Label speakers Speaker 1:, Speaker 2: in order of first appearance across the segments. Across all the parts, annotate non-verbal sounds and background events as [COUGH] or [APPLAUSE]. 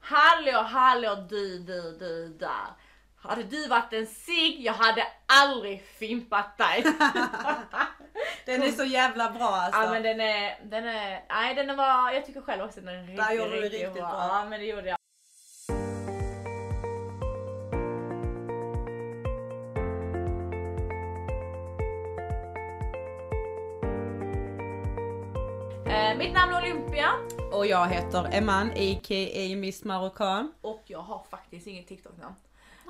Speaker 1: hallå, hallå du, du, du där. Hade du varit en sig, jag hade aldrig fimpat dig.
Speaker 2: [LAUGHS] Den är så jävla bra alltså.
Speaker 1: Ja men den är, den är, nej den var, jag tycker själv också den är riktigt,
Speaker 2: gjorde du riktigt bra.
Speaker 1: Ja men det gjorde jag. Eh, Mitt namn är Olympia
Speaker 2: Och jag heter Eman a.k.a. Miss Marockan.
Speaker 1: och jag har faktiskt inget TikTok-namn.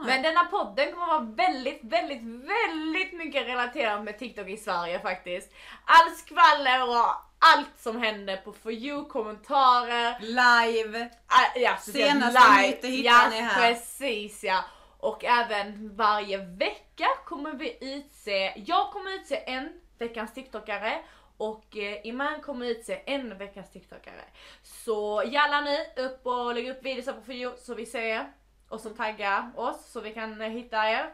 Speaker 1: Men denna podden kommer vara väldigt, väldigt, väldigt mycket relaterad med TikTok i Sverige faktiskt. Allt skvaller och allt som händer på For You-kommentarer.
Speaker 2: Live.
Speaker 1: Ah, ja, speciellt
Speaker 2: Senaste
Speaker 1: live.
Speaker 2: nytt, det hittar
Speaker 1: ja,
Speaker 2: ni här.
Speaker 1: precis ja. Och även varje vecka kommer vi utse, jag kommer utse en veckans TikTokare och eh, Iman kommer utse en veckans TikTokare. Så jalla nu, upp och lägg upp videos här på video så vi ser er. Och
Speaker 2: Mm.
Speaker 1: som taggar oss så vi kan eh, hitta er.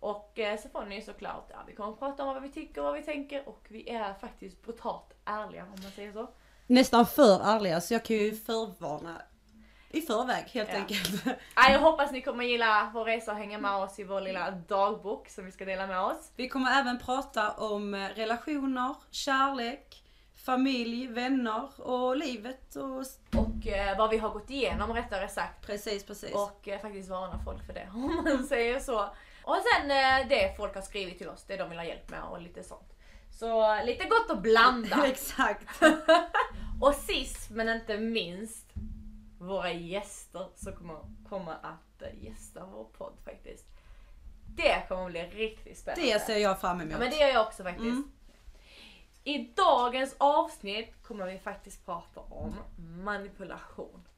Speaker 1: Och eh, så får ni såklart, ja, vi kommer prata om vad vi tycker och vad vi tänker och vi är faktiskt brutalt ärliga om man säger så.
Speaker 2: Nästan för ärliga så jag kan ju förvarna i förväg helt
Speaker 1: Ja.
Speaker 2: enkelt. [LAUGHS]
Speaker 1: Ja, Jag hoppas ni kommer gilla vår resa och hänga med oss i vår lilla dagbok som vi ska dela med oss.
Speaker 2: Vi kommer även prata om eh, relationer, kärlek, familj, vänner och livet och s-
Speaker 1: Och eh, vad vi har gått igenom rättare sagt.
Speaker 2: precis precis.
Speaker 1: Och eh, faktiskt varna folk för det [LAUGHS] om man säger så. Och sen eh, det folk har skrivit till oss, det de vill ha hjälp med och lite sånt. Så eh, lite gott att blanda.
Speaker 2: [LAUGHS] Exakt.
Speaker 1: och sist men inte minst, våra gäster som kommer, kommer att eh, gästa vår podd faktiskt. Det kommer bli riktigt spännande.
Speaker 2: Det ser jag fram
Speaker 1: Ja,
Speaker 2: emot.
Speaker 1: men det gör jag också faktiskt.
Speaker 2: Mm.
Speaker 1: I dagens avsnitt kommer vi faktiskt prata om manipulation.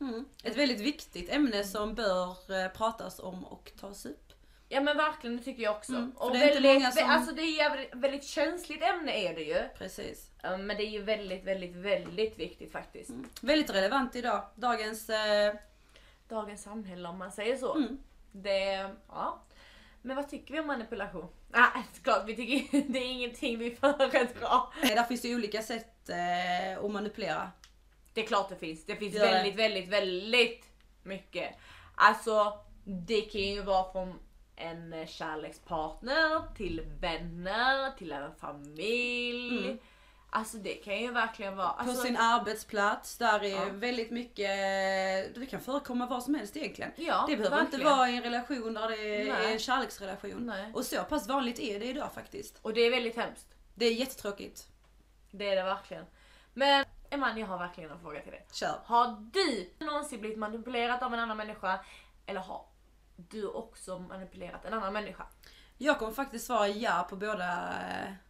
Speaker 2: Mm. Ett väldigt viktigt ämne som bör eh, pratas om och tas upp.
Speaker 1: Ja men verkligen, det tycker jag också.
Speaker 2: Mm, för
Speaker 1: och
Speaker 2: det är inte
Speaker 1: väldigt,
Speaker 2: många som-
Speaker 1: Alltså det är jävligt, väldigt känsligt ämne är det ju.
Speaker 2: Precis.
Speaker 1: Eh, Men det är ju väldigt, väldigt, väldigt viktigt faktiskt.
Speaker 2: Mm. Väldigt relevant idag. Dagens... Eh,
Speaker 1: Dagens samhälle om man säger så.
Speaker 2: Mm.
Speaker 1: Det, ja. Men vad tycker vi om manipulation? Ah, [LAUGHS] klart, vi tycker [LAUGHS] det är ingenting vi föredrar.
Speaker 2: där finns det ju olika sätt eh, att manipulera.
Speaker 1: Det är klart det finns. Det finns
Speaker 2: Gör det.
Speaker 1: väldigt, väldigt, väldigt mycket. Alltså, det kan ju vara från en eh, kärlekspartner till vänner, till en familj.
Speaker 2: Mm.
Speaker 1: Alltså det kan ju verkligen vara...
Speaker 2: På
Speaker 1: Alltså,
Speaker 2: sin arbetsplats, där är
Speaker 1: Ja.
Speaker 2: väldigt mycket... Det kan förekomma vad som helst egentligen.
Speaker 1: ja,
Speaker 2: det behöver
Speaker 1: verkligen.
Speaker 2: inte vara i en relation där det är
Speaker 1: Nej.
Speaker 2: en kärleksrelation.
Speaker 1: Nej.
Speaker 2: Och så pass vanligt är det idag faktiskt.
Speaker 1: Och det är väldigt hemskt.
Speaker 2: Det är jättetråkigt. Det
Speaker 1: Det är det verkligen. Men Eman, jag har verkligen en fråga till dig.
Speaker 2: Kör.
Speaker 1: Har du någonsin blivit manipulerad av en annan människa? Eller har du också manipulerat en annan människa?
Speaker 2: Jag kommer faktiskt svara ja på båda,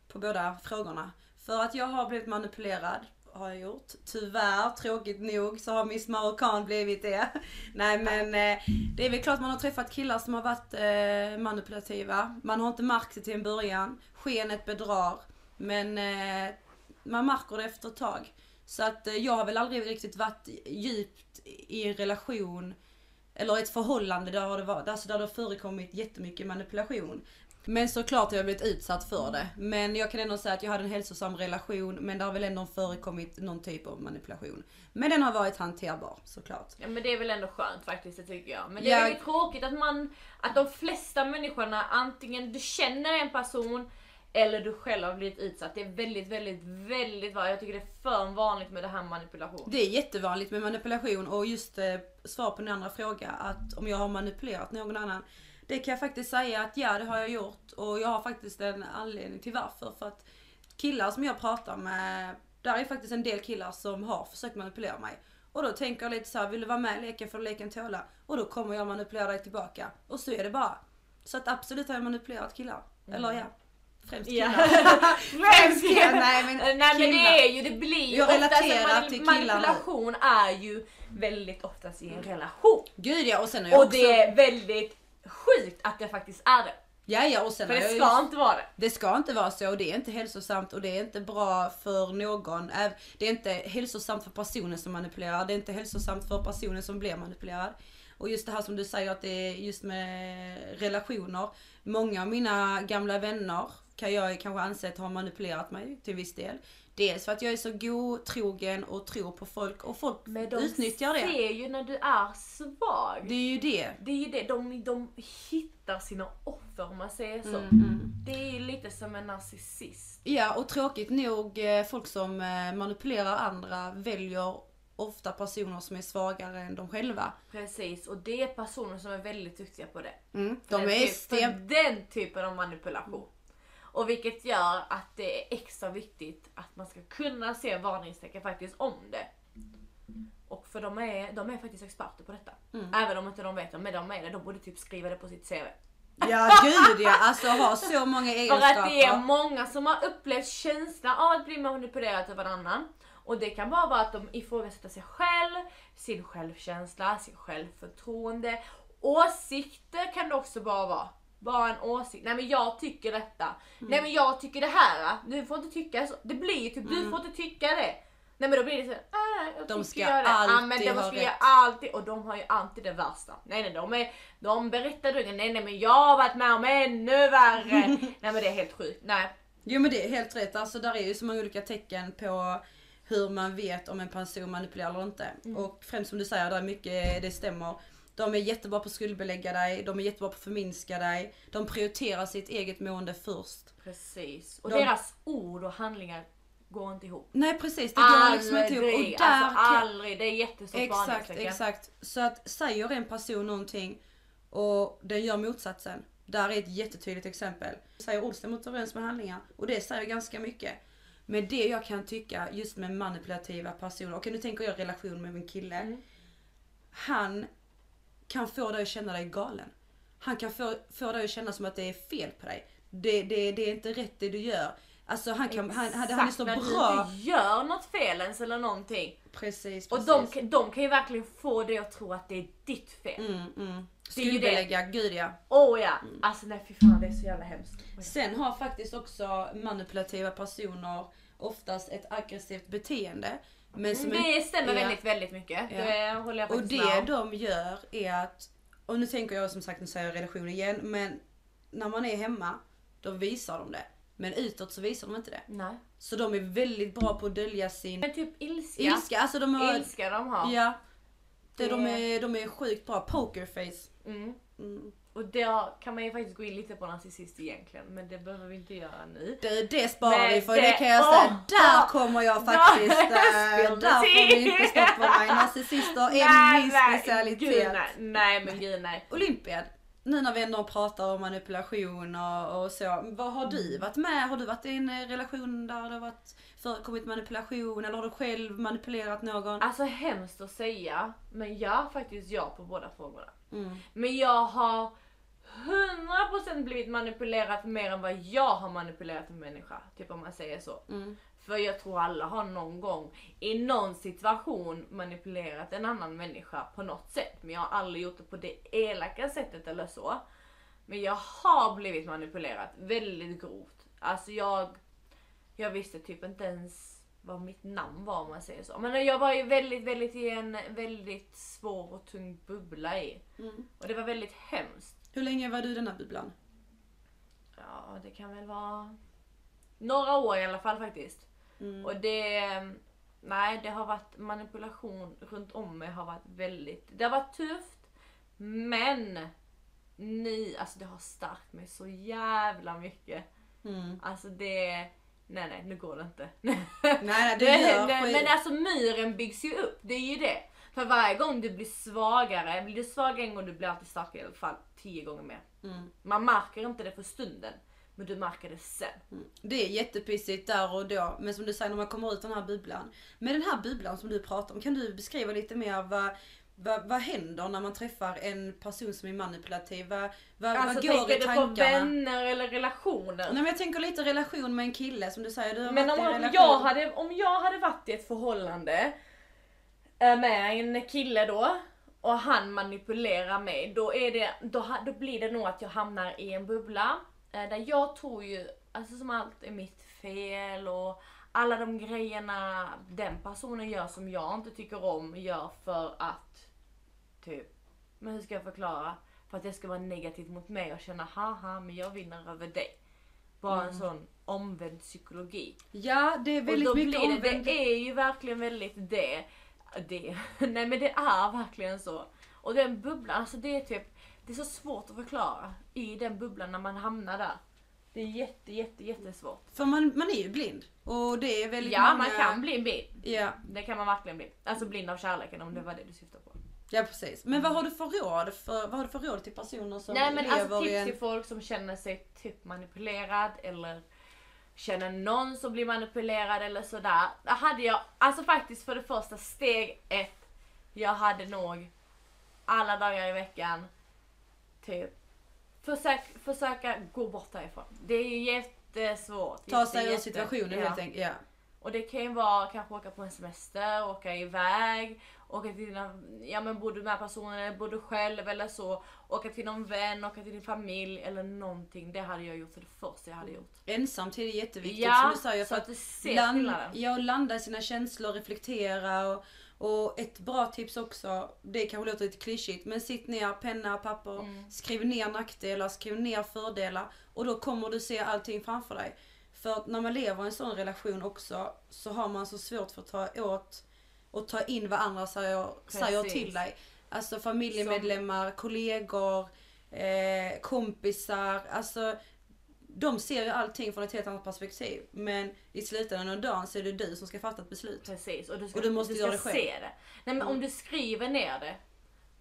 Speaker 2: på båda frågorna. För att jag har blivit manipulerad, har jag gjort. Tyvärr, tråkigt nog, så har Miss Marockan blivit det. [LAUGHS] Nej men eh, det är väl klart man har träffat killar som har varit eh, manipulativa. Man har inte märkt det till en början. Skenet bedrar. Men eh, man märker det efter ett tag. Så att eh, jag har väl aldrig riktigt varit djupt i en relation eller ett förhållande där har det, varit, alltså där det har förekommit jättemycket manipulation. Men såklart har jag blivit utsatt för det. Men jag kan ändå säga att jag hade en hälsosam relation men det har väl ändå förekommit någon typ av manipulation. Men den har varit hanterbar såklart.
Speaker 1: Ja men det är väl ändå skönt faktiskt det tycker jag. Men det är
Speaker 2: Jag-
Speaker 1: väldigt tråkigt att man, att de flesta människorna antingen du känner en person eller du själv har blivit utsatt. Det är väldigt, väldigt, väldigt vanligt. Jag tycker det är för vanligt med det här manipulation.
Speaker 2: Det är jättevanligt med manipulation och just eh, svar på din andra fråga att om jag har manipulerat någon annan. Det kan jag faktiskt säga att ja det har jag gjort och jag har faktiskt en anledning till varför. För att killar som jag pratar med, där är faktiskt en del killar som har försökt manipulera mig. Och då tänker jag lite så här, vill du vara med i leken får du leken tåla. Och då kommer jag manipulera dig tillbaka. Och så är det bara. Så att absolut har jag manipulerat killar. Eller ja, främst
Speaker 1: Mm. Ja.
Speaker 2: [LAUGHS] killar.
Speaker 1: [LAUGHS] Främst
Speaker 2: killar, nej, men
Speaker 1: Nej men
Speaker 2: killar.
Speaker 1: det är ju, det blir ju
Speaker 2: Jag
Speaker 1: oftast en
Speaker 2: relaterar till killar nu.
Speaker 1: manipulation är ju väldigt oftast i en relation.
Speaker 2: Gud ja, och sen har jag
Speaker 1: Och
Speaker 2: också...
Speaker 1: det är väldigt sjukt att det faktiskt är det.
Speaker 2: Ja, ja, och sen
Speaker 1: För
Speaker 2: har
Speaker 1: det
Speaker 2: jag ju
Speaker 1: ska inte vara det.
Speaker 2: Det ska inte vara så och det är inte hälsosamt och det är inte bra för någon. Äv- Det är inte hälsosamt för personen som manipulerar. Det är inte hälsosamt för personen som blir manipulerad. Och just det här som du säger att det är just med relationer. Många av mina gamla vänner kan jag kanske anse att har manipulerat mig till viss del. Dels för att jag är så godtrogen och tror på folk och folk
Speaker 1: Men de
Speaker 2: utnyttjar det.
Speaker 1: ser ju när du är svag.
Speaker 2: Det är ju det.
Speaker 1: Det är ju det, de, de hittar sina offer om man säger så.
Speaker 2: Mm, mm.
Speaker 1: Det är ju lite som en narcissist.
Speaker 2: Ja, och tråkigt nog, eh, folk som eh, manipulerar andra väljer ofta personer som är svagare än de själva.
Speaker 1: Precis, och det är personer som är väldigt duktiga på det.
Speaker 2: Mm. De
Speaker 1: den,
Speaker 2: är
Speaker 1: typ- för [LAUGHS]
Speaker 2: sten...
Speaker 1: den typen av manipulation. Och vilket gör att det är extra viktigt att man ska kunna se varningstecken faktiskt om det. Och för de är, de är faktiskt experter på detta.
Speaker 2: Mm.
Speaker 1: Även om inte de vet det, men de är det. De borde typ skriva det på sitt CV.
Speaker 2: Ja, gud ja! Alltså har så många
Speaker 1: För att det är
Speaker 2: egenskaper.
Speaker 1: många som har upplevt känslan av att bli manipulerad av varannan. Och det kan bara vara att de ifrågasätter sig själv, sin självkänsla, sin självförtroende. Åsikter kan det också bara vara. Bara en åsikt. Nej men jag tycker detta.
Speaker 2: Mm.
Speaker 1: Nej men jag tycker det här. Du får inte tycka så. Det blir ju typ, du får inte tycka det. Nej men då blir det så här, "Ah, jag
Speaker 2: Mm. De
Speaker 1: tycker
Speaker 2: ska
Speaker 1: jag det. ah, men
Speaker 2: alltid
Speaker 1: de
Speaker 2: ha
Speaker 1: ska ju
Speaker 2: rätt.
Speaker 1: alltid, och de har ju alltid det värsta. Nej nej, de, är, de berättar du nej nej men jag har varit med om ännu värre.
Speaker 2: [LAUGHS]
Speaker 1: nej men det är helt sjukt. Nej.
Speaker 2: Jo men det är helt rätt, alltså där är ju så många olika tecken på hur man vet om en person manipulerar eller inte.
Speaker 1: Mm.
Speaker 2: Och främst som du säger, där är mycket eh, det stämmer. De är jättebra på att skuldbelägga dig, de är jättebra på att förminska dig. De prioriterar sitt eget mående först.
Speaker 1: Precis. Och
Speaker 2: De-
Speaker 1: deras ord och handlingar går inte ihop.
Speaker 2: Nej precis, det går liksom inte ihop.
Speaker 1: Aldrig,
Speaker 2: Och där
Speaker 1: alltså
Speaker 2: kan-
Speaker 1: aldrig. Det är jättestort
Speaker 2: Exakt,
Speaker 1: varningstecken.
Speaker 2: exakt. Så att säger en person någonting och den gör motsatsen. Där är ett jättetydligt exempel. Säger ord stämmer inte överens med handlingar och det säger ganska mycket. Men det jag kan tycka just med manipulativa personer, okej nu tänker jag relation med min kille.
Speaker 1: Mm.
Speaker 2: Han kan få dig att känna dig galen. Han kan få, få dig att känna som att det är fel på dig. Det, det, det är inte rätt det du gör. Alltså han, kan, han, han, han är så
Speaker 1: Exakt, när du
Speaker 2: bra.
Speaker 1: inte gör något fel ens eller någonting.
Speaker 2: Precis, precis.
Speaker 1: Och de, kan- de kan ju verkligen få dig att tro att det är ditt fel.
Speaker 2: mm, mm.
Speaker 1: Det är ju det.
Speaker 2: Skuldbelägga, gud ja.
Speaker 1: Oh ja! Alltså nej fy fan det är så jävla hemskt.
Speaker 2: Sen har faktiskt också manipulativa personer oftast ett aggressivt beteende. Men som en-
Speaker 1: Det stämmer
Speaker 2: ja.
Speaker 1: väldigt, väldigt mycket.
Speaker 2: Ja.
Speaker 1: Det håller jag
Speaker 2: Och
Speaker 1: faktiskt
Speaker 2: det
Speaker 1: med om.
Speaker 2: de gör är att, och nu tänker jag som sagt, nu säger jag relation igen, men när man är hemma då visar de det. Men utåt så visar de inte det.
Speaker 1: Nej.
Speaker 2: Så de är väldigt bra på att dölja sin
Speaker 1: Men typ ilska. Ilska,
Speaker 2: ilska. Alltså de har,
Speaker 1: de har.
Speaker 2: ja. Det, de,
Speaker 1: Det-
Speaker 2: är, de är sjukt bra. Pokerface.
Speaker 1: Mm.
Speaker 2: Mm.
Speaker 1: Och där kan man ju faktiskt gå in lite på narcissist egentligen. Men det behöver vi inte göra nu.
Speaker 2: Det, det sparar vi
Speaker 1: Men
Speaker 2: för det,
Speaker 1: det-
Speaker 2: kan jag säga.
Speaker 1: åh,
Speaker 2: där
Speaker 1: åh, [LAUGHS]
Speaker 2: kommer jag
Speaker 1: där
Speaker 2: faktiskt. eh,
Speaker 1: spillde
Speaker 2: där får
Speaker 1: till.
Speaker 2: ni inte stoppa mig. Narcissister är
Speaker 1: [LAUGHS] Nej,
Speaker 2: min
Speaker 1: nej,
Speaker 2: specialitet.
Speaker 1: Gud, nej. nej men gud nej.
Speaker 2: Olympiad. Nu när vi ändå pratar om manipulation och, och så. Vad har
Speaker 1: Mm.
Speaker 2: du varit med? Har du varit i en eh, relation där det har varit förekommit manipulation eller har du själv manipulerat någon?
Speaker 1: Alltså hemskt att säga. Men ja, faktiskt ja på båda frågorna.
Speaker 2: Mm.
Speaker 1: Men jag har 100% blivit manipulerad mer än vad jag har manipulerat en människa. Typ om man säger så.
Speaker 2: Mm.
Speaker 1: För jag tror alla har någon gång i någon situation manipulerat en annan människa på något sätt. Men jag har aldrig gjort det på det elaka sättet eller så. Men jag har blivit manipulerad väldigt grovt. Alltså jag, jag visste typ inte ens vad mitt namn var om man säger så. Men jag var ju väldigt, väldigt i en väldigt svår och tung bubbla i.
Speaker 2: Mm.
Speaker 1: Och det var väldigt hemskt.
Speaker 2: Hur länge var du i den här bubblan?
Speaker 1: Ja, det kan väl vara några år i alla fall faktiskt.
Speaker 2: Mm.
Speaker 1: Och det... Nej, det har varit manipulation runt om mig har varit väldigt... Det har varit tufft. Men... Ni, alltså det har stärkt mig så jävla mycket.
Speaker 2: Mm.
Speaker 1: Alltså det... Nej nej, nu går det inte. [LAUGHS]
Speaker 2: Nej, nej, du
Speaker 1: Nej,
Speaker 2: gör
Speaker 1: nej,
Speaker 2: skit.
Speaker 1: men alltså muren byggs ju upp, det är ju det. För varje gång du blir svagare, blir du svag en gång du blir alltid starkare i alla fall tio gånger mer.
Speaker 2: Mm.
Speaker 1: Man märker inte det för stunden, men du märker det sen.
Speaker 2: Mm. Det är jättepissigt där och då, men som du säger när man kommer ut ur den här bubblan. Med den här bubblan som du pratar om, kan du beskriva lite mer vad, vad, vad händer när man träffar en person som är manipulativ? Vad, vad,
Speaker 1: Alltså
Speaker 2: vad går i
Speaker 1: tänker du på
Speaker 2: tankarna?
Speaker 1: vänner eller relationer?
Speaker 2: Nej, men jag tänker lite relation med en kille som du säger, du har
Speaker 1: Men
Speaker 2: varit
Speaker 1: om,
Speaker 2: i en
Speaker 1: han,
Speaker 2: relation.
Speaker 1: jag hade, om jag hade varit i ett förhållande eh, med en kille då och han manipulerar mig, då, är det, då, ha- då blir det nog att jag hamnar i en bubbla eh, där jag tror ju, alltså som allt är mitt fel och alla de grejerna den personen gör som jag inte tycker om gör för att, typ, men hur ska jag förklara? För att det ska vara negativt mot mig och känna haha men jag vinner över dig. Bara en
Speaker 2: Mm.
Speaker 1: sån omvänd psykologi.
Speaker 2: Ja, det är väldigt
Speaker 1: och då
Speaker 2: mycket
Speaker 1: blir det,
Speaker 2: omvänd...
Speaker 1: det är ju verkligen väldigt det. det. [LAUGHS] Nej men det är verkligen så. Och den bubblan, alltså det är typ, det är så svårt att förklara i den bubblan när man hamnar där. Det är jätte, jätte, jättesvårt.
Speaker 2: För man, man är ju blind. Och det är väldigt
Speaker 1: ja,
Speaker 2: många...
Speaker 1: man kan bli blind.
Speaker 2: Ja,
Speaker 1: Det kan man verkligen bli. Alltså blind av kärleken om det var det du syftade på.
Speaker 2: ja precis. Men vad har du för råd? För, vad har du för råd till personer som
Speaker 1: Nej men
Speaker 2: lever
Speaker 1: alltså
Speaker 2: i
Speaker 1: tips
Speaker 2: en...
Speaker 1: till folk som känner sig typ manipulerad eller känner någon som blir manipulerad eller sådär. Där hade jag, alltså faktiskt för det första steg ett, jag hade nog alla dagar i veckan typ försök, försöka gå bort därifrån. Det är jättesvårt.
Speaker 2: Ta
Speaker 1: jätte,
Speaker 2: sig ur
Speaker 1: jätte-
Speaker 2: situationen
Speaker 1: ja.
Speaker 2: helt enkelt. Ja.
Speaker 1: Och det kan ju vara kanske åka på en semester, åka iväg, åka till dina, ja men bor du med personen eller bor du själv eller så. Åka till någon vän, åka till din familj eller någonting. Det hade jag gjort för det första jag hade gjort.
Speaker 2: Ensamt är det jätteviktigt som
Speaker 1: ja,
Speaker 2: du säger.
Speaker 1: så
Speaker 2: För
Speaker 1: att
Speaker 2: att
Speaker 1: du ser
Speaker 2: land,
Speaker 1: skillnaden.
Speaker 2: ja, och landa i sina känslor, reflektera och, och ett bra tips också, det kanske låter lite klyschigt men sitt ner, penna, papper,
Speaker 1: Mm.
Speaker 2: skriv ner nackdelar, skriv ner fördelar och då kommer du se allting framför dig. För att när man lever i en sån relation också så har man så svårt för att ta åt och ta in vad andra säger, säger
Speaker 1: Precis.
Speaker 2: till dig. Alltså familjemedlemmar, kollegor, eh, kompisar, alltså de ser ju allting från ett helt annat perspektiv. Men i slutändan av dagen så är det du som ska fatta ett beslut.
Speaker 1: Precis, och du ska,
Speaker 2: Och du måste
Speaker 1: ska
Speaker 2: göra det själv. Mm.
Speaker 1: se det. Nej men om du skriver ner det.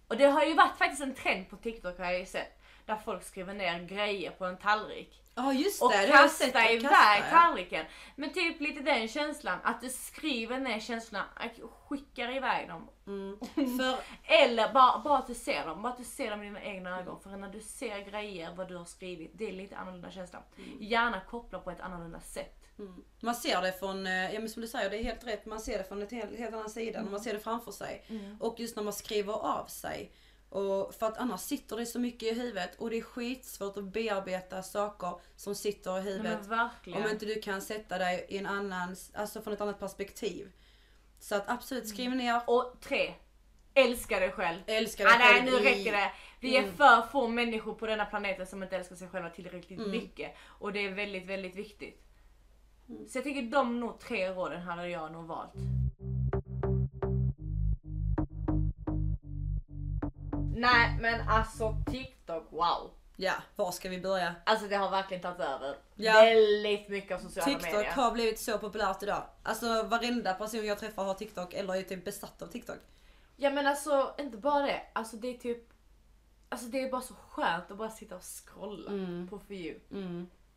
Speaker 1: Och det har ju varit faktiskt en trend på TikTok har jag ju sett. Där folk skriver ner grejer på en tallrik.
Speaker 2: Ja just det,
Speaker 1: och
Speaker 2: det har jag
Speaker 1: kasta
Speaker 2: sett, att
Speaker 1: iväg
Speaker 2: ja.
Speaker 1: tallriken. Men typ lite den känslan, att du skriver ner känslan och skickar iväg dem.
Speaker 2: Mm. För,
Speaker 1: Eller bara, bara att du ser dem, bara att du ser dem med dina
Speaker 2: Mm.
Speaker 1: egna ögon. För när du ser grejer, vad du har skrivit, det är lite annorlunda känsla. Gärna koppla på ett annorlunda sätt.
Speaker 2: mm. Man ser det från, eh, ja men som du säger det är helt rätt, man ser det från ett helt, helt annan sida,
Speaker 1: Mm.
Speaker 2: man ser det framför sig. Och just när man skriver av sig. Och för att annars sitter det så mycket i huvudet och det är skitsvårt att bearbeta saker som sitter i
Speaker 1: Nej,
Speaker 2: huvudet.
Speaker 1: men verkligen.
Speaker 2: Om inte du kan sätta dig i en annan, alltså från ett annat perspektiv. Så att absolut skriv ner,
Speaker 1: Och tre, älska dig själv.
Speaker 2: älska dig
Speaker 1: Mm. Ah, nej
Speaker 2: själv
Speaker 1: nu
Speaker 2: i-
Speaker 1: räcker det. Vi är
Speaker 2: Mm.
Speaker 1: för få människor på denna planeten som inte älskar sig själva tillräckligt
Speaker 2: Mm.
Speaker 1: mycket. Och det är väldigt, väldigt viktigt. Så jag tycker de nog tre råden hade jag nog valt. Nej men alltså TikTok, wow.
Speaker 2: Ja, var ska vi börja?
Speaker 1: Alltså det har verkligen tagit över.
Speaker 2: Ja.
Speaker 1: Väldigt mycket av sociala
Speaker 2: TikTok
Speaker 1: medier.
Speaker 2: har blivit så populärt idag. Alltså varenda person jag träffar har TikTok eller är typ besatt av TikTok.
Speaker 1: Ja men alltså inte bara det. Alltså det är typ Alltså det är bara så skönt att bara sitta och scrolla
Speaker 2: Mm.
Speaker 1: på For you.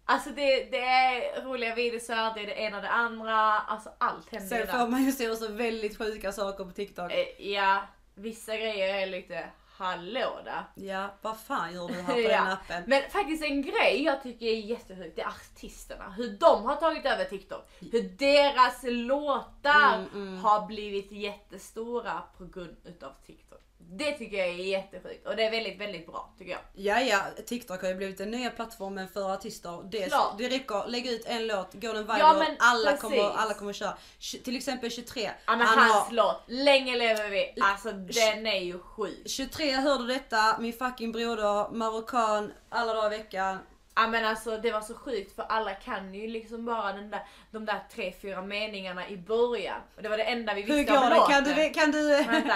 Speaker 1: Alltså det, det är roliga videosar, det är det ena och det andra. Alltså allt händer ju
Speaker 2: Sen
Speaker 1: där.
Speaker 2: får man ju se så väldigt sjuka saker på TikTok.
Speaker 1: Eh, Ja, vissa grejer är lite hallå där.
Speaker 2: Ja, vad fan gör du här på den
Speaker 1: [LAUGHS] Ja.
Speaker 2: appen?
Speaker 1: Men faktiskt en grej jag tycker är jättesjukt, det är artisterna. Hur de har tagit över TikTok. Hur deras låtar
Speaker 2: Mm, mm.
Speaker 1: har blivit jättestora på grund utav TikTok. Det tycker jag är jättesjukt och det är väldigt, väldigt bra tycker jag.
Speaker 2: Ja, ja, TikTok har ju blivit den nya plattformen för artister. Det,
Speaker 1: Klart.
Speaker 2: det räcker, lägg ut en låt, går den viral,
Speaker 1: Ja, men
Speaker 2: alla,
Speaker 1: precis.
Speaker 2: kommer, alla kommer köra. Tj- Till exempel 23,
Speaker 1: Ja, men hans låt, Länge lever vi, alltså den är ju sjuk.
Speaker 2: 23 hörde detta, min fucking broder, marockan, alla dagar i veckan.
Speaker 1: Ja men alltså det var så sjukt för alla kan ju liksom bara den där, de där tre, fyra meningarna i början. Och det var det enda vi
Speaker 2: Hur
Speaker 1: visste
Speaker 2: går
Speaker 1: om
Speaker 2: det?
Speaker 1: låten.
Speaker 2: Kan du, kan du...
Speaker 1: Vänta.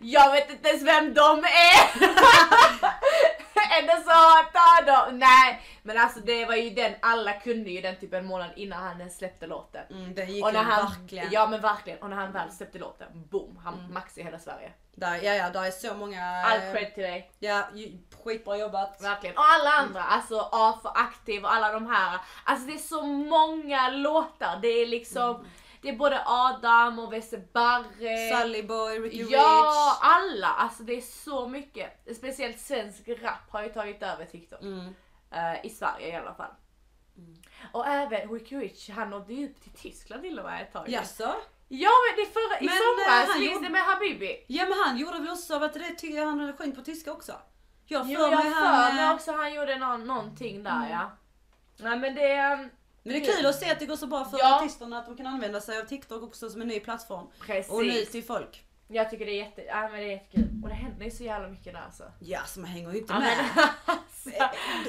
Speaker 1: Jag vet inte ens vem de är! [LAUGHS] Ändå så ta dem! Nej men alltså det var ju den, alla kunde ju den typ en månad innan han ens släppte låten.
Speaker 2: Mm, det gick
Speaker 1: Och
Speaker 2: ju
Speaker 1: när han,
Speaker 2: verkligen.
Speaker 1: ja men verkligen, och när han väl släppte låten, boom, han max i hela Sverige.
Speaker 2: Där, ja, ja, där är så många...
Speaker 1: All
Speaker 2: eh,
Speaker 1: cred till dig.
Speaker 2: Ja, ju- skitbra jobbat.
Speaker 1: Verkligen. Och alla andra,
Speaker 2: Mm.
Speaker 1: alltså A för aktiv och alla de här. Alltså det är så många låtar. Det är liksom,
Speaker 2: Mm.
Speaker 1: det är både Adam och Wesse Barre.
Speaker 2: Sally Boy, Ricky
Speaker 1: Ja,
Speaker 2: Rich.
Speaker 1: alla! Alltså det är så mycket. Speciellt svensk rap har ju tagit över TikTok.
Speaker 2: Mm.
Speaker 1: Eh, I Sverige i alla fall. Och även Ricky Rich, han nådde ju upp till Tyskland till och med ett tag.
Speaker 2: Jaså?
Speaker 1: Ja men det förra, i
Speaker 2: Men, eh,
Speaker 1: somras
Speaker 2: han
Speaker 1: finns
Speaker 2: gjorde-
Speaker 1: det med Habibi.
Speaker 2: Ja men han gjorde väl också, vet du det, ty- han sjöng på tyska också? Jag
Speaker 1: Jo
Speaker 2: för
Speaker 1: jag
Speaker 2: mig
Speaker 1: för mig
Speaker 2: han... eh, Mm.
Speaker 1: också han gjorde någon, någonting där ja. Nej men det... ehm,
Speaker 2: Men det är kul att se att det går så bra för
Speaker 1: Ja.
Speaker 2: artisterna att de kan använda sig av TikTok också som en ny plattform.
Speaker 1: Precis.
Speaker 2: Och ny till folk.
Speaker 1: Jag tycker det är jätte, ja, men det är jättekul. Och det händer ju så jävla mycket där alltså.
Speaker 2: Ja, så man hänger ju inte
Speaker 1: Ja,
Speaker 2: med. Eh,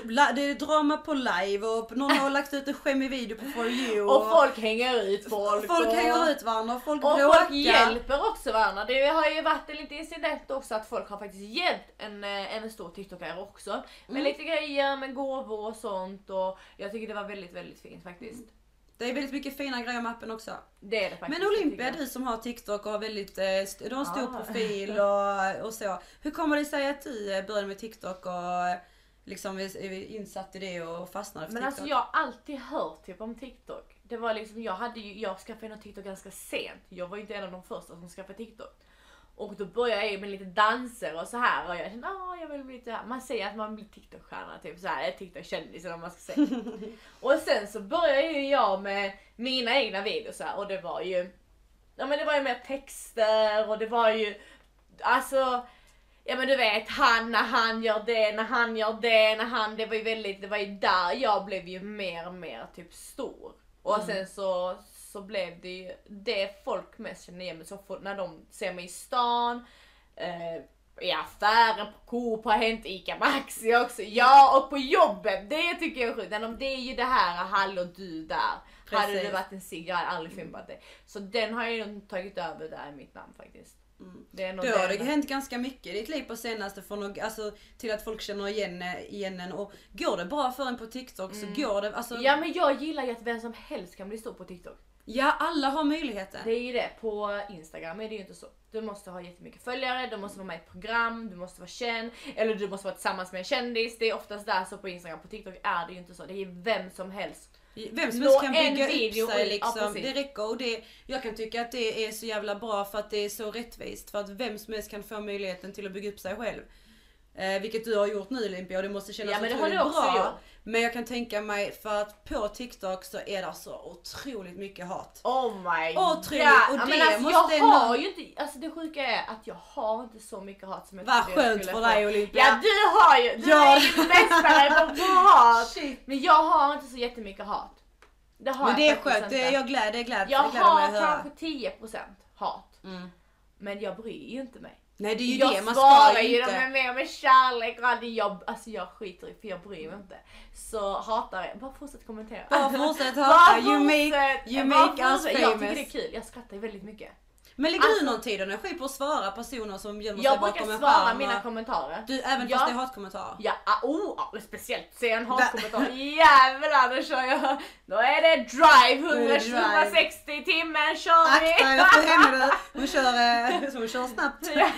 Speaker 1: men,
Speaker 2: La- Det är drama på live och någon har lagt ut en skämmig video på For you.
Speaker 1: [LAUGHS] Och folk hänger ut folk.
Speaker 2: folk
Speaker 1: och-
Speaker 2: hänger ut varandra och folk
Speaker 1: Och folk
Speaker 2: bråkar.
Speaker 1: hjälper också varandra. Det har ju varit en liten incident också att folk har faktiskt hjälpt en, eh, en stor TikTokare också. Med
Speaker 2: Mm.
Speaker 1: lite grejer, med gåvor och sånt. Och jag tycker det var väldigt, väldigt fint faktiskt.
Speaker 2: Det är väldigt mycket fina grejer med appen också.
Speaker 1: Det är det faktiskt.
Speaker 2: Men Olympia,
Speaker 1: tycker jag.
Speaker 2: du som har TikTok och har väldigt, eh, st- du har en stor
Speaker 1: Ah. [LAUGHS]
Speaker 2: profil och, och så. Hur kommer det sig att du eh, började med TikTok och eh, liksom är är insatt i det och fastnade för
Speaker 1: Men
Speaker 2: TikTok?
Speaker 1: alltså jag har alltid hört typ om TikTok. Det var liksom, jag, hade ju, jag skaffade ju nog TikTok ganska sent. Jag var ju inte en av de första som skaffade TikTok. Och då började jag ju med lite danser och så här och jag kände att jag vill bli lite här. Man säger att man blir TikTok-stjärna typ så här, TikTok-kändis eller vad man ska säga.
Speaker 2: [LAUGHS]
Speaker 1: [LAUGHS] och sen så började ju jag med mina egna videos så här, och det var ju, ja men det var ju mer texter och det var ju, alltså Ja men du vet han när han gör det, när han gör det, när han, det var ju väldigt, det var ju där jag blev ju mer och mer typ stor. Och sen så, så blev det ju det folk mest känner igen mig så fort när de ser mig i stan, eh, i affären, på Coop, har hänt Ica Maxi också. Ja och på jobbet, det tycker jag är sjukt. Men om Det är ju det här, hallå du där. Hade
Speaker 2: Precis.
Speaker 1: det varit en cigg, jag hade aldrig filmat det. Så den har jag ju tagit över där i mitt namn faktiskt. Det är nog
Speaker 2: Då har
Speaker 1: det
Speaker 2: det hänt ganska mycket i ditt liv på senaste från att, alltså, till att folk känner igen, eh, igen en och går det bra för en på TikTok så går det, alltså
Speaker 1: Mm. Ja
Speaker 2: ja,
Speaker 1: men jag gillar ju att vem som helst kan bli stor på TikTok.
Speaker 2: alla har möjligheten.
Speaker 1: Det är ju det, på Instagram är det ju inte så. Du måste ha jättemycket följare, du måste vara med i ett program, du måste vara känd, eller du måste vara tillsammans med en kändis. Det är oftast där så på Instagram, på TikTok är det ju inte så. Det är vem som helst.
Speaker 2: Vem som
Speaker 1: Nå
Speaker 2: helst kan
Speaker 1: en
Speaker 2: bygga
Speaker 1: video
Speaker 2: upp
Speaker 1: och- ja,
Speaker 2: sig liksom.
Speaker 1: precis.
Speaker 2: det räcker och det, jag kan tycka att det är så jävla bra för att det är så rättvist. För att vem som helst kan få möjligheten till att bygga upp sig själv. Eh, vilket du har gjort nu Limpia och det måste kännas
Speaker 1: Ja, men det har
Speaker 2: otroligt
Speaker 1: du också
Speaker 2: bra.
Speaker 1: gjort.
Speaker 2: Men jag kan tänka mig för att på TikTok så är det så otroligt mycket hat.
Speaker 1: Oh my
Speaker 2: Otroligt, och
Speaker 1: Ja,
Speaker 2: det
Speaker 1: men alltså,
Speaker 2: måste
Speaker 1: jag har
Speaker 2: någon-
Speaker 1: ju inte, alltså det sjuka är att jag har inte så mycket hat som jag
Speaker 2: Vad
Speaker 1: trodde jag
Speaker 2: skönt
Speaker 1: skulle
Speaker 2: för
Speaker 1: få.
Speaker 2: dig, Olympia.
Speaker 1: Ja du har ju, du
Speaker 2: Ja.
Speaker 1: är ju mästare på att få hat.
Speaker 2: Shit.
Speaker 1: Men jag har inte så jättemycket hat. Det har
Speaker 2: Men det är
Speaker 1: jag faktiskt
Speaker 2: skönt, det
Speaker 1: inte.
Speaker 2: är, jag gläder, det gläder,
Speaker 1: Jag
Speaker 2: det gläder mig
Speaker 1: har
Speaker 2: att höra.
Speaker 1: kanske 10% hat.
Speaker 2: Mm.
Speaker 1: Men jag bryr ju inte mig.
Speaker 2: Nej det är ju
Speaker 1: jag
Speaker 2: det, man
Speaker 1: svarar
Speaker 2: ska
Speaker 1: ju
Speaker 2: ju
Speaker 1: dem
Speaker 2: inte.
Speaker 1: med mer med kärlek och aldrig jag, alltså jag skiter i för jag bryr mig inte. Så hatar jag, bara fortsätt kommentera.
Speaker 2: Bara
Speaker 1: [LAUGHS]
Speaker 2: fortsätt
Speaker 1: Bara
Speaker 2: hata, you make,
Speaker 1: fortsätt,
Speaker 2: you
Speaker 1: bara
Speaker 2: make us
Speaker 1: fortsätt. Jag tycker det är
Speaker 2: famous.
Speaker 1: kul, jag skrattar ju väldigt mycket.
Speaker 2: Men lägger
Speaker 1: Alltså-
Speaker 2: du någon tid och energi på att svara personer som gömmer sig
Speaker 1: Jag
Speaker 2: bakom en
Speaker 1: brukar
Speaker 2: skärm?
Speaker 1: svara
Speaker 2: och-
Speaker 1: mina kommentarer.
Speaker 2: Du, även
Speaker 1: Ja.
Speaker 2: fast det är hatkommentarer?
Speaker 1: Ja, ah, oh, ah, speciellt ser jag en hatkommentar. Jävlar, då kör jag. Då är det drive,
Speaker 2: är det
Speaker 1: 100,
Speaker 2: drive.
Speaker 1: 160 i timmen kör vi.
Speaker 2: Akta er för henne du! Hon kör, eh, [LAUGHS] hon kör snabbt.
Speaker 1: Ja.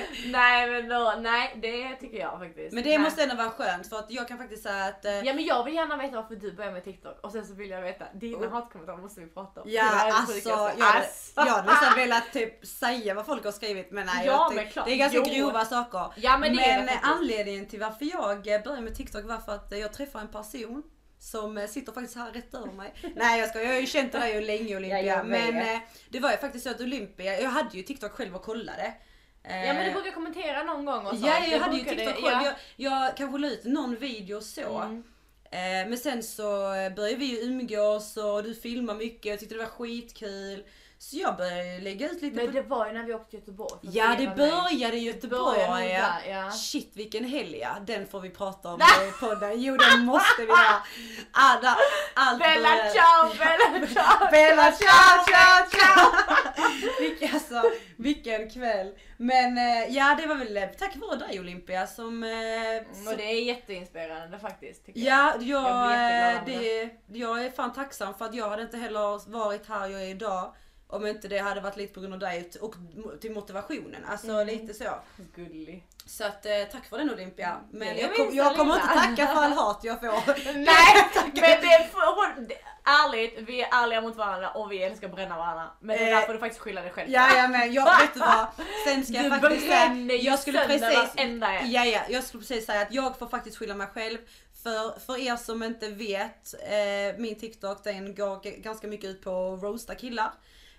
Speaker 1: [LAUGHS] nej men då, nej det tycker jag faktiskt.
Speaker 2: Men det
Speaker 1: nej.
Speaker 2: måste ändå vara skönt för att jag kan faktiskt säga att eh,
Speaker 1: Ja men jag vill gärna veta varför du börjar med TikTok och sen så vill jag veta dina
Speaker 2: Oh.
Speaker 1: hatkommentarer måste vi prata om. Det var
Speaker 2: Ja
Speaker 1: det
Speaker 2: alltså
Speaker 1: sjukaste.
Speaker 2: jag, hade-
Speaker 1: Alltså.
Speaker 2: jag hade nästan velat typ säga vad folk har skrivit men nej.
Speaker 1: Ja,
Speaker 2: jag, ty-
Speaker 1: men klart.
Speaker 2: det är ganska
Speaker 1: Jo.
Speaker 2: grova saker.
Speaker 1: Ja, men det är det
Speaker 2: eh,
Speaker 1: faktiskt.
Speaker 2: anledningen till varför jag eh, började med TikTok var för att eh, jag träffar en person som eh, sitter faktiskt här rätt
Speaker 1: [LAUGHS]
Speaker 2: över mig. Nej jag ska jag har ju känt dig ju länge Olympia.
Speaker 1: Ja, jag vet.
Speaker 2: men eh, det var ju faktiskt så att Olympia, jag hade ju TikTok själv och kollade. Eh,
Speaker 1: Ja men du brukar kommentera någon gång och sånt.
Speaker 2: Ja,
Speaker 1: Det
Speaker 2: jag hade ju
Speaker 1: brukar
Speaker 2: TikTok
Speaker 1: du-
Speaker 2: själv.
Speaker 1: ja.
Speaker 2: Jag, jag kanske la ut någon video så.
Speaker 1: Mm.
Speaker 2: Eh, men sen så eh, började vi ju umgås och du filmade mycket. Jag tyckte det var skitkul. Så jag började lägga ut lite
Speaker 1: Men
Speaker 2: på...
Speaker 1: det var ju när vi åkte till Göteborg. för att
Speaker 2: Ja
Speaker 1: filma
Speaker 2: det
Speaker 1: mig.
Speaker 2: började i
Speaker 1: började
Speaker 2: Göteborg.
Speaker 1: nog
Speaker 2: Ja.
Speaker 1: där, ja.
Speaker 2: Shit vilken helg ja. Den får vi prata om i podden. Jo den måste vi göra. Alla, allt
Speaker 1: Bella
Speaker 2: började-
Speaker 1: ciao, [LAUGHS] Bella ciao!
Speaker 2: Bella ciao, ciao, ciao! Vilken, alltså, vilken kväll. Men eh, ja det var väl eh, tack vare dig Olympia som... eh,
Speaker 1: Mm,
Speaker 2: som
Speaker 1: Och det är jätteinspirerande faktiskt. Tycker jag.
Speaker 2: Ja, jag, eh,
Speaker 1: Jag blir jätteglad av
Speaker 2: det, jag är fan tacksam för att jag hade inte heller varit här jag är idag om inte det hade varit lite på grund av dig och till motivationen. Alltså
Speaker 1: Mm.
Speaker 2: lite så.
Speaker 1: Gullig.
Speaker 2: Så att eh, tack för den Olympia. Men
Speaker 1: Det
Speaker 2: jag,
Speaker 1: minns
Speaker 2: kom, jag
Speaker 1: jag
Speaker 2: kommer inte
Speaker 1: lilla.
Speaker 2: tacka för all hat
Speaker 1: [LAUGHS]
Speaker 2: jag får.
Speaker 1: Nej men det får hon, det- ärligt, vi är ärliga mot varandra och vi älskar att bränna varandra. Men det
Speaker 2: Eh,
Speaker 1: där får du faktiskt skylla dig själv
Speaker 2: Ja, ja men jag vet du vad. Sen ska
Speaker 1: Du
Speaker 2: jag faktiskt säga.
Speaker 1: bränner ju
Speaker 2: Jag skulle
Speaker 1: sönder
Speaker 2: precis.
Speaker 1: varenda en.
Speaker 2: Ja, ja, jag skulle precis säga att jag får faktiskt skylla mig själv. För, för er som inte vet, eh, min TikTok den går g- ganska mycket ut på att roasta killar.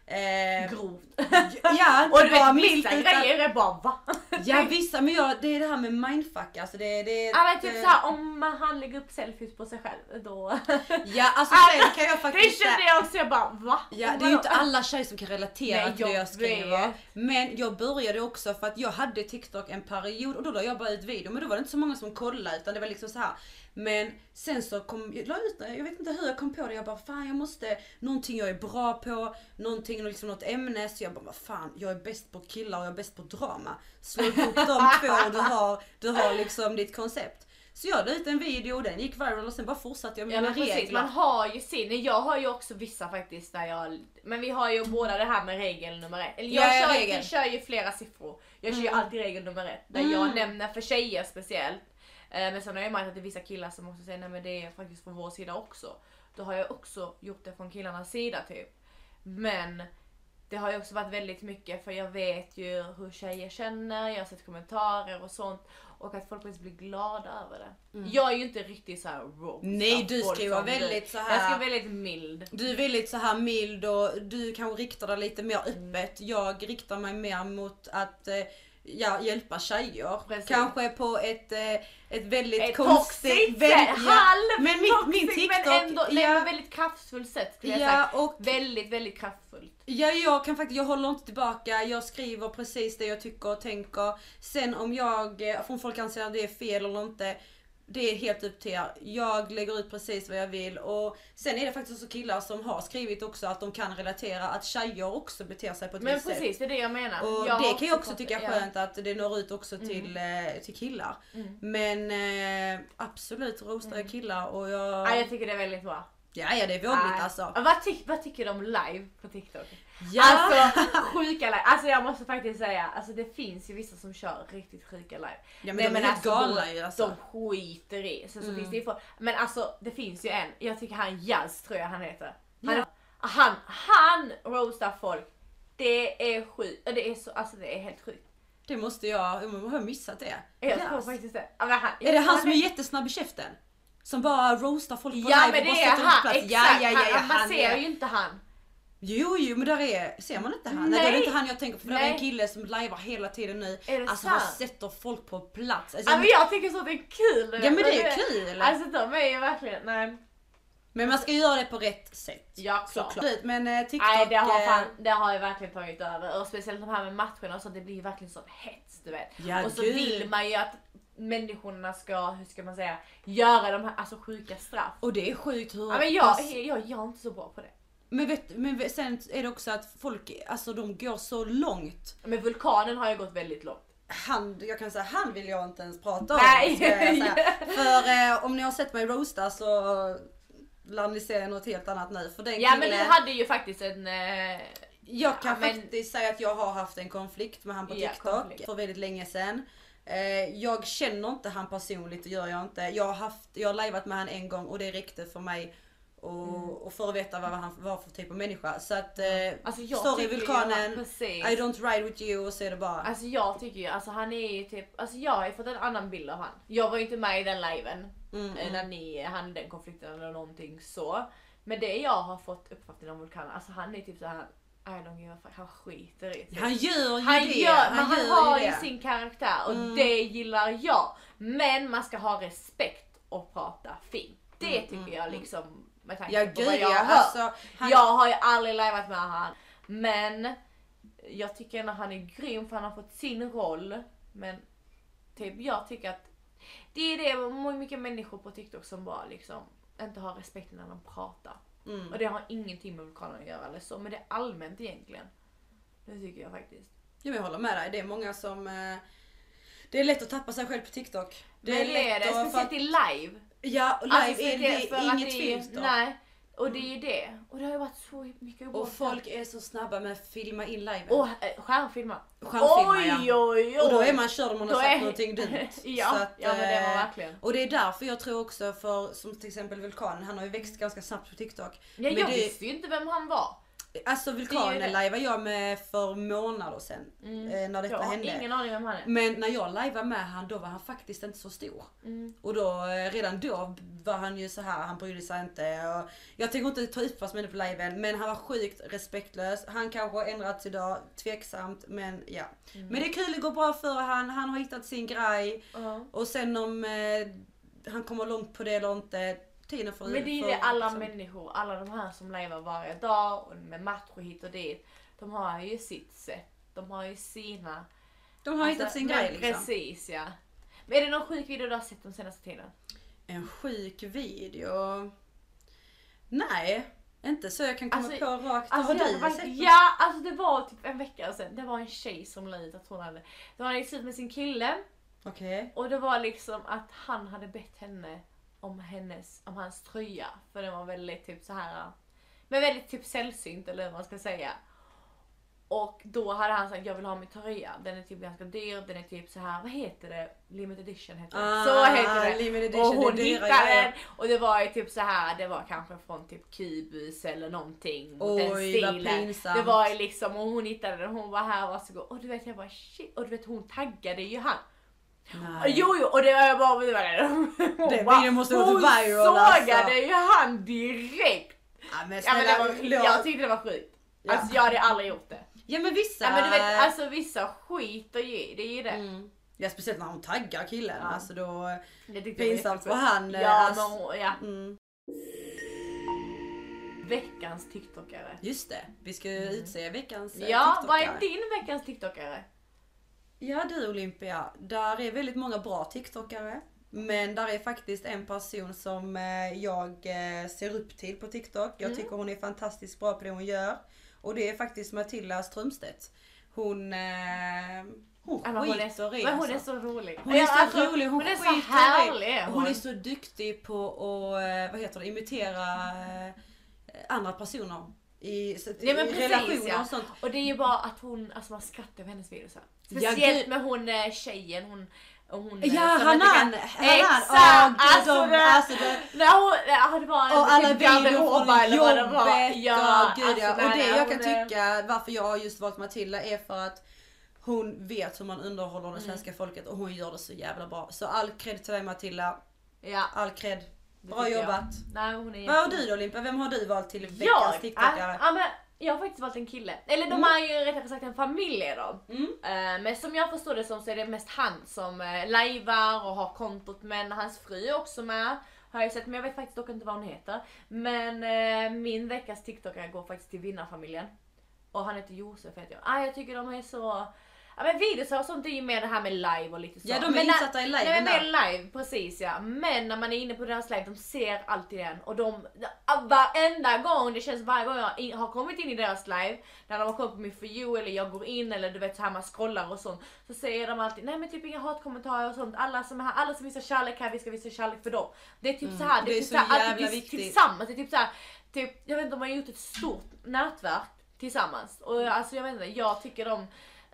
Speaker 2: Eh,
Speaker 1: Grovt.
Speaker 2: [LAUGHS] ja,
Speaker 1: [LAUGHS] Och
Speaker 2: inte
Speaker 1: du
Speaker 2: bara
Speaker 1: vet
Speaker 2: milt
Speaker 1: vissa
Speaker 2: utan...
Speaker 1: grejer är bara [LAUGHS] va?
Speaker 2: Ja vissa, men jag, det är det här med mindfuck alltså. Det, det,
Speaker 1: Ja men typ
Speaker 2: det-
Speaker 1: såhär om han lägger upp selfies på sig själv då. [LAUGHS]
Speaker 2: Ja alltså
Speaker 1: Ah, [LAUGHS]
Speaker 2: sen kan jag
Speaker 1: Det
Speaker 2: faktiskt...
Speaker 1: kände jag också, jag bara va?
Speaker 2: Ja, det är ju inte alla tjejer som kan relatera
Speaker 1: Nej,
Speaker 2: till det
Speaker 1: jag
Speaker 2: jag skriver.
Speaker 1: vet.
Speaker 2: Men jag började också för att jag hade TikTok en period och då la jag bara ut video men då var det inte så många som kollade utan det var liksom så här. Men sen så kom, jag la ut jag vet inte hur jag kom på det, jag bara fan jag måste, någonting jag är bra på, någonting, liksom något ämne. Så jag bara vad fan, jag är bäst på killar och jag är bäst på drama. Slå
Speaker 1: [LAUGHS]
Speaker 2: ihop de två och du har, du har liksom ditt koncept. Så jag la ut en video och den gick viral och sen bara fortsatte jag med
Speaker 1: Ja men
Speaker 2: mina
Speaker 1: precis, man
Speaker 2: regler.
Speaker 1: har ju sin. Jag har ju också vissa faktiskt där jag... Men vi har ju båda det här med regel nummer ett. Eller jag
Speaker 2: Ja, ja,
Speaker 1: kör,
Speaker 2: regel. Mm.
Speaker 1: vi kör ju flera siffror. Jag kör ju alltid regel nummer ett. Där jag nämner för tjejer speciellt. Eh, Men sen har jag märkt att det är vissa killar som också säger nej men det är faktiskt från vår sida också. Då har jag också gjort det från killarnas sida typ. Men det har ju också varit väldigt mycket för jag vet ju hur tjejer känner, jag har sett kommentarer och sånt. Och att folk faktiskt blir glada över det. Jag är ju inte riktigt så här raw.
Speaker 2: Mm. Nej,
Speaker 1: som
Speaker 2: du
Speaker 1: folk
Speaker 2: ska ju vara
Speaker 1: som du.
Speaker 2: väldigt så
Speaker 1: Jag ska
Speaker 2: här-
Speaker 1: vara väldigt mild.
Speaker 2: Du är väldigt så här mild och du kanske riktar dig lite mer
Speaker 1: Mm.
Speaker 2: öppet. Jag riktar mig mer mot att eh, ja, hjälpa tjejer.
Speaker 1: Precis.
Speaker 2: Kanske på ett, eh, ett väldigt
Speaker 1: Ett
Speaker 2: konstigt...
Speaker 1: Eh, toxic,
Speaker 2: väl- ja.
Speaker 1: [LAUGHS] halv
Speaker 2: Men min, min
Speaker 1: toxic,
Speaker 2: TikTok...
Speaker 1: men ändå nej, på ett
Speaker 2: ja,
Speaker 1: väldigt kraftfullt sätt skulle jag
Speaker 2: ja,
Speaker 1: säga.
Speaker 2: och
Speaker 1: Väldigt, väldigt kraftfullt.
Speaker 2: Ja, jag kan faktiskt, jag håller inte tillbaka. Jag skriver precis det jag tycker och tänker. Sen om jag, eh, om folk anser att det är fel eller inte. Det är helt upp till er. Jag lägger ut precis vad jag vill och sen är det faktiskt också killar som har skrivit också att de kan relatera att tjejer också beter sig på ett
Speaker 1: Men
Speaker 2: visst sätt.
Speaker 1: precis, det är det jag menar.
Speaker 2: Och
Speaker 1: har
Speaker 2: det kan jag också
Speaker 1: fått-
Speaker 2: tycka är
Speaker 1: ja. Mm.
Speaker 2: skönt att det når ut också till, eh, till killar. Men eh, absolut roastar
Speaker 1: Mm.
Speaker 2: jag killar och jag...
Speaker 1: Ja, jag tycker det är väldigt bra.
Speaker 2: Ja, ja det är vågligt
Speaker 1: Ja.
Speaker 2: alltså.
Speaker 1: Ja, Vad, ty- vad tycker du om live på TikTok?
Speaker 2: Ja!
Speaker 1: Alltså sjuka live. Alltså jag måste faktiskt säga, alltså det finns ju vissa som kör riktigt sjuka live.
Speaker 2: Ja, men de är helt galna ju, alltså. Mm.
Speaker 1: De skiter i. Sen så finns det ju folk, men alltså det finns ju en, jag tycker han Jazz tror jag han heter. Han,
Speaker 2: Ja.
Speaker 1: han, han roastar folk. Det är sjukt, det är så, alltså det är helt sjukt.
Speaker 2: Det måste jag, jag har jag missat det?
Speaker 1: Jag tror
Speaker 2: Yes.
Speaker 1: faktiskt det. Ja, men han,
Speaker 2: Är det han som är jättesnabb i käften? Som bara roastar folk på
Speaker 1: Ja
Speaker 2: live
Speaker 1: men
Speaker 2: och bara
Speaker 1: det är
Speaker 2: sätter dem på
Speaker 1: han,
Speaker 2: plats?
Speaker 1: exakt.
Speaker 2: Ja, ja, ja, ja,
Speaker 1: han, man
Speaker 2: han
Speaker 1: ser
Speaker 2: är...
Speaker 1: ju inte han.
Speaker 2: Jo, jo men där är, ser man inte han? Nej, det är
Speaker 1: Nej.
Speaker 2: inte han jag tänker på för där är en
Speaker 1: Nej.
Speaker 2: kille som lajvar hela tiden nu.
Speaker 1: Är det
Speaker 2: Alltså
Speaker 1: sant?
Speaker 2: han sätter folk på plats. Alltså,
Speaker 1: Ja, men jag tycker så att det är kul.
Speaker 2: Ja men det
Speaker 1: Och
Speaker 2: är ju kul!
Speaker 1: Alltså de är ju verkligen, nej.
Speaker 2: men man ska göra det på rätt sätt.
Speaker 1: Ja klart.
Speaker 2: Såklart. Men eh, TikTok...
Speaker 1: Nej det har,
Speaker 2: eh,
Speaker 1: fan, det har ju verkligen tagit över och speciellt de här med matcherna och så det blir ju verkligen sån hets du vet.
Speaker 2: Ja,
Speaker 1: och så
Speaker 2: gud.
Speaker 1: vill man ju att människorna ska, hur ska man säga, göra de här alltså, sjuka straff.
Speaker 2: Och det är sjukt hur...
Speaker 1: Ja, men jag,
Speaker 2: pass-
Speaker 1: jag, jag är inte så bra på det.
Speaker 2: men, vet, men sen är det också att folk, alltså de går så långt.
Speaker 1: Men vulkanen har ju gått väldigt långt.
Speaker 2: han, jag kan säga han vill jag inte ens prata om.
Speaker 1: Nej.
Speaker 2: Ska jag säga.
Speaker 1: [LAUGHS]
Speaker 2: För eh, om ni har sett mig roasta så lär ni se något helt annat nu. För den
Speaker 1: Ja men du
Speaker 2: killen,
Speaker 1: hade ju faktiskt en... Eh,
Speaker 2: jag kan
Speaker 1: Ja, men-
Speaker 2: faktiskt säga att jag har haft en konflikt med han på
Speaker 1: Ja,
Speaker 2: TikTok
Speaker 1: konflikt.
Speaker 2: för väldigt länge sedan. Eh, jag känner inte han personligt, det gör jag inte. Jag har, haft, jag har lajvat med han en gång och det räckte för mig. Och,
Speaker 1: Mm.
Speaker 2: och för att veta vad han var för typ av människa. Så att, eh,
Speaker 1: alltså jag
Speaker 2: står i
Speaker 1: tycker ju-
Speaker 2: vulkanen,
Speaker 1: precis.
Speaker 2: I don't ride with you och så är det bara.
Speaker 1: Alltså jag tycker ju, alltså han är ju typ, alltså jag har ju fått en annan bild av han. Jag var ju inte med i den liven
Speaker 2: Mm,
Speaker 1: eh, när ni hade den konflikten eller någonting så. Men det jag har fått uppfattning om Vulkan, alltså han är typ så här, I don't give a fuck, han skiter i sig.
Speaker 2: Han gör ju
Speaker 1: Alltså, Han
Speaker 2: det.
Speaker 1: gör, men han,
Speaker 2: gör
Speaker 1: har
Speaker 2: det. Mm.
Speaker 1: ju sin karaktär och det gillar jag. Men man ska ha respekt och prata fint. Det tycker jag liksom med tanke
Speaker 2: Mm, Ja
Speaker 1: på vad
Speaker 2: gud
Speaker 1: jag
Speaker 2: ja,
Speaker 1: har hört.
Speaker 2: alltså, han,
Speaker 1: Jag har ju aldrig liveat med han. Men jag tycker ändå han är grym för han har fått sin roll. Men typ jag tycker att det är det hur mycket människor på TikTok som bara liksom inte har respekt när de pratar.
Speaker 2: Mm.
Speaker 1: Och det har ingenting med vulkanen att göra eller så, men det är allmänt egentligen. Det tycker jag faktiskt.
Speaker 2: Ja, men jag håller med dig, det är många som... Eh, det är lätt att tappa sig själv på TikTok.
Speaker 1: Det men det är det,
Speaker 2: att-
Speaker 1: speciellt i live.
Speaker 2: Ja, och live
Speaker 1: Alltså,
Speaker 2: är
Speaker 1: speciellt för
Speaker 2: det
Speaker 1: att
Speaker 2: inget
Speaker 1: det är-
Speaker 2: filter.
Speaker 1: Nej, och det är ju det. Och det har ju varit så mycket
Speaker 2: Och
Speaker 1: obehagligt.
Speaker 2: folk är så snabba med att filma in live.
Speaker 1: Och eh, stjärnfilma.
Speaker 2: Stjärnfilma,
Speaker 1: oj,
Speaker 2: ja.
Speaker 1: oj, oj.
Speaker 2: och då är man körd om man har
Speaker 1: Då
Speaker 2: sagt
Speaker 1: är- [LAUGHS]
Speaker 2: någonting dumt.
Speaker 1: Ja, ja, men det var
Speaker 2: eh,
Speaker 1: verkligen.
Speaker 2: Och det är därför jag tror också för som till exempel Vulkanen, han har ju växt ganska snabbt på TikTok.
Speaker 1: Ja,
Speaker 2: Men
Speaker 1: jag
Speaker 2: det-
Speaker 1: visste ju inte vem han var. det.
Speaker 2: Alltså
Speaker 1: Mm.
Speaker 2: vulkanen lajvade jag med för månader sedan. eh, När
Speaker 1: Jag
Speaker 2: detta
Speaker 1: har
Speaker 2: hände. Mm.
Speaker 1: ingen aning vem han är.
Speaker 2: Men när jag lajvade med han då var han faktiskt inte så stor.
Speaker 1: Mm.
Speaker 2: Och då eh, redan då var han ju så här, han brydde sig inte. Och jag tänker inte ta upp vad som hände på liven men han var sjukt respektlös. Han kanske har ändrats idag, tveksamt men ja.
Speaker 1: Mm.
Speaker 2: Men det är kul, det går bra för han, han har hittat sin grej.
Speaker 1: Ja.
Speaker 2: Och sen om eh, han kommer långt på det eller inte, tiden får
Speaker 1: Men det är ju
Speaker 2: får-
Speaker 1: det alla
Speaker 2: liksom.
Speaker 1: människor, alla de här som lever varje dag och med match och hit och dit. De har ju sitt sätt, de har ju sina.
Speaker 2: De har
Speaker 1: alltså,
Speaker 2: hittat sin
Speaker 1: men
Speaker 2: grej liksom.
Speaker 1: Precis ja. Men är det någon sjuk video du har sett den senaste tiden?
Speaker 2: En sjuk video. Nej, inte så jag kan komma
Speaker 1: Alltså,
Speaker 2: på rakt.
Speaker 1: Alltså,
Speaker 2: har
Speaker 1: jag
Speaker 2: du
Speaker 1: var,
Speaker 2: sett något?
Speaker 1: ja, alltså det var typ en vecka sedan. Det var en tjej som la ut att hon hade, det var gick ut med sin kille
Speaker 2: Okej.
Speaker 1: och det var liksom att han hade bett henne om hennes, om hans tröja. För den var väldigt typ så här men väldigt typ sällsynt eller vad man ska säga. Och då hade han sagt jag vill ha min tröja, den är typ ganska dyr, den är typ så här vad heter det? Limited edition heter den. så heter det.
Speaker 2: Ah, Limited
Speaker 1: Och
Speaker 2: edition,
Speaker 1: hon
Speaker 2: det är dyra
Speaker 1: hittade
Speaker 2: grejer.
Speaker 1: den och det var ju typ så här, det var kanske från typ Kubus eller någonting. mot den
Speaker 2: Oj, vad
Speaker 1: stilen.
Speaker 2: pinsamt.
Speaker 1: Det var ju liksom, och hon hittade den och hon var här varsågod. Och du vet jag bara shit, och du vet hon taggade ju han.
Speaker 2: Nej.
Speaker 1: Ah, Jo jo och det var jag bara, det var det. Hon
Speaker 2: Den
Speaker 1: bara-
Speaker 2: videon måste gått
Speaker 1: hon
Speaker 2: viral,
Speaker 1: sågade
Speaker 2: alltså.
Speaker 1: ju han direkt.
Speaker 2: Ja, men
Speaker 1: Ja, men det var,
Speaker 2: snälla,
Speaker 1: jag tyckte det var sjukt.
Speaker 2: Ja.
Speaker 1: Alltså jag hade aldrig gjort det.
Speaker 2: ja men vissa...
Speaker 1: Ja, men du vet, alltså vissa skiter ju i det, är ju det.
Speaker 2: mm. ja speciellt när hon taggar killen.
Speaker 1: Ja.
Speaker 2: Alltså då...
Speaker 1: det tyckte jag var
Speaker 2: Pinsamt för
Speaker 1: jättesjukt.
Speaker 2: han. eh,
Speaker 1: Ja, men,
Speaker 2: alltså,
Speaker 1: hon- ja,
Speaker 2: mm.
Speaker 1: veckans tiktokare.
Speaker 2: Just det, vi ska ju utse veckans eh,
Speaker 1: Mm. Ja, vad är
Speaker 2: TikTokare.
Speaker 1: din veckans tiktokare?
Speaker 2: Ja du Olympia, där är väldigt många bra TikTokare. Men där är faktiskt en person som eh, jag eh, ser upp till på TikTok. Jag
Speaker 1: Mm.
Speaker 2: tycker hon är fantastiskt bra på det hon gör. Och det är faktiskt Matilda Strömstedt. Hon, eh, hon
Speaker 1: Ja, men hon är,
Speaker 2: skiter i
Speaker 1: men hon
Speaker 2: alltså.
Speaker 1: är så rolig.
Speaker 2: Hon är
Speaker 1: Ja,
Speaker 2: så
Speaker 1: alltså,
Speaker 2: rolig, hon,
Speaker 1: hon är så
Speaker 2: skiter i-
Speaker 1: härlig. är
Speaker 2: och Hon är så duktig på att, eh, vad heter det, imitera eh, andra personer. I, så-
Speaker 1: Ja, men
Speaker 2: i
Speaker 1: precis,
Speaker 2: relationer
Speaker 1: ja.
Speaker 2: och sånt.
Speaker 1: Och det är ju bara att hon, alltså man skrattar över hennes videos. här.
Speaker 2: Ja,
Speaker 1: Speciellt
Speaker 2: gud.
Speaker 1: med hon eh, tjejen, hon... och hon eh,
Speaker 2: Ja,
Speaker 1: som
Speaker 2: Hanan!
Speaker 1: inte kan-
Speaker 2: Hanan!
Speaker 1: Exakt!
Speaker 2: Åh,
Speaker 1: alltså,
Speaker 2: gud, de-
Speaker 1: det,
Speaker 2: alltså, det- alltså,
Speaker 1: när hon, ja, det var en
Speaker 2: Och alla
Speaker 1: typ
Speaker 2: videor
Speaker 1: garderoba
Speaker 2: från
Speaker 1: eller vad det
Speaker 2: jobbet
Speaker 1: var.
Speaker 2: ja, och gud, ja.
Speaker 1: alltså,
Speaker 2: Och
Speaker 1: nej,
Speaker 2: det
Speaker 1: nej,
Speaker 2: jag kan
Speaker 1: hon är-
Speaker 2: tycka varför jag har just valt Matilda är för att hon vet hur man underhåller
Speaker 1: Mm.
Speaker 2: det svenska folket och hon gör det så jävla bra. Så all cred till dig Matilda.
Speaker 1: Ja,
Speaker 2: All cred.
Speaker 1: det
Speaker 2: Bra
Speaker 1: tycker jag.
Speaker 2: jobbat.
Speaker 1: Nej, hon är
Speaker 2: Vad har du då Limpa? Vem har du valt till veckans
Speaker 1: Jag? Ja,
Speaker 2: TikTokare?
Speaker 1: ja, men jag har faktiskt valt en kille. Eller de
Speaker 2: Mm.
Speaker 1: är ju rättare sagt en familj är de.
Speaker 2: Mm.
Speaker 1: Eh, Men som jag förstår det som så är det mest han som eh, lajvar och har kontot men hans fru är också med. Har jag sett men jag vet faktiskt dock inte vad hon heter. Men eh, min veckas TikTokare går faktiskt till vinnarfamiljen. Och han heter Josef heter jag. Ah, jag tycker de är så... Ja men videos och sånt är ju mer det här med live och lite så.
Speaker 2: Ja, de är
Speaker 1: Men när-
Speaker 2: insatta i liven
Speaker 1: Nej, men
Speaker 2: där.
Speaker 1: det är live, precis ja. Men när man är inne på deras live, de ser alltid den. Och de, varenda gång, det känns varje gång jag in, har kommit in i deras live, när de har kommit på min for you eller jag går in eller du vet så här man scrollar och sånt. Så säger de alltid, nej men typ inga hatkommentarer och sånt. Alla som är här, alla som visar kärlek här, vi ska visa kärlek för dem. Det är typ så här, det,
Speaker 2: Mm. det
Speaker 1: är
Speaker 2: är
Speaker 1: typ
Speaker 2: så
Speaker 1: så här, alltid
Speaker 2: jävla
Speaker 1: tills-
Speaker 2: viktigt.
Speaker 1: tillsammans. Det är typ så här, typ, jag vet inte, de har gjort ett stort nätverk tillsammans. Och jag- alltså jag vet inte, jag tycker de,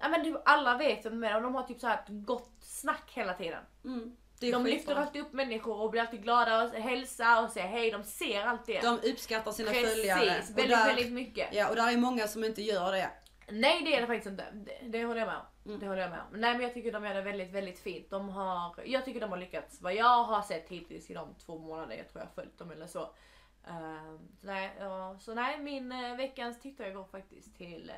Speaker 1: ja men typ alla vet vem de är och de har typ så här ett gott snack hela tiden.
Speaker 2: Mm. Det är
Speaker 1: De lyfter
Speaker 2: skitbra.
Speaker 1: alltid upp människor och blir alltid glada och hälsar och säger hej. De ser alltid er.
Speaker 2: De uppskattar sina följare.
Speaker 1: Precis,
Speaker 2: Och
Speaker 1: väldigt,
Speaker 2: där-
Speaker 1: väldigt mycket.
Speaker 2: Ja och där är många som inte gör det.
Speaker 1: Nej det är det faktiskt inte. Det, det håller jag med om.
Speaker 2: Mm.
Speaker 1: Det håller jag med om. Nej men jag tycker de gör det väldigt, väldigt fint. De har, jag tycker de har lyckats. Vad jag har sett hittills i de två månader jag tror jag har följt dem eller så. Ehm, nej, ja, så nej, min eh, veckans tittare går faktiskt till eh,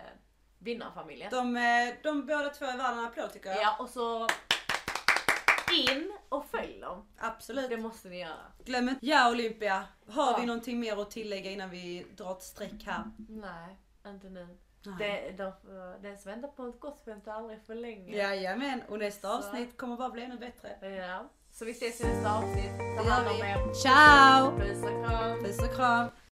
Speaker 1: vinnarfamiljen.
Speaker 2: De, eh, de båda två är värda en applåd tycker jag.
Speaker 1: Ja och så in och följ dem.
Speaker 2: Absolut.
Speaker 1: Det måste ni göra.
Speaker 2: Glöm inte. Ja Olympia, har
Speaker 1: Ja.
Speaker 2: vi någonting mer att tillägga innan vi drar ett streck här?
Speaker 1: Nej, inte nu.
Speaker 2: Nej.
Speaker 1: Det, de, eh, den som väntar på ett gott väntar aldrig för länge.
Speaker 2: Jajamän, och nästa
Speaker 1: Så.
Speaker 2: avsnitt kommer bara bli ännu bättre.
Speaker 1: Ja. Så vi ses i nästa avsnitt. Ta
Speaker 2: Det gör
Speaker 1: hand om
Speaker 2: vi.
Speaker 1: er.
Speaker 2: Ciao!
Speaker 1: Puss och kram.
Speaker 2: Puss och kram!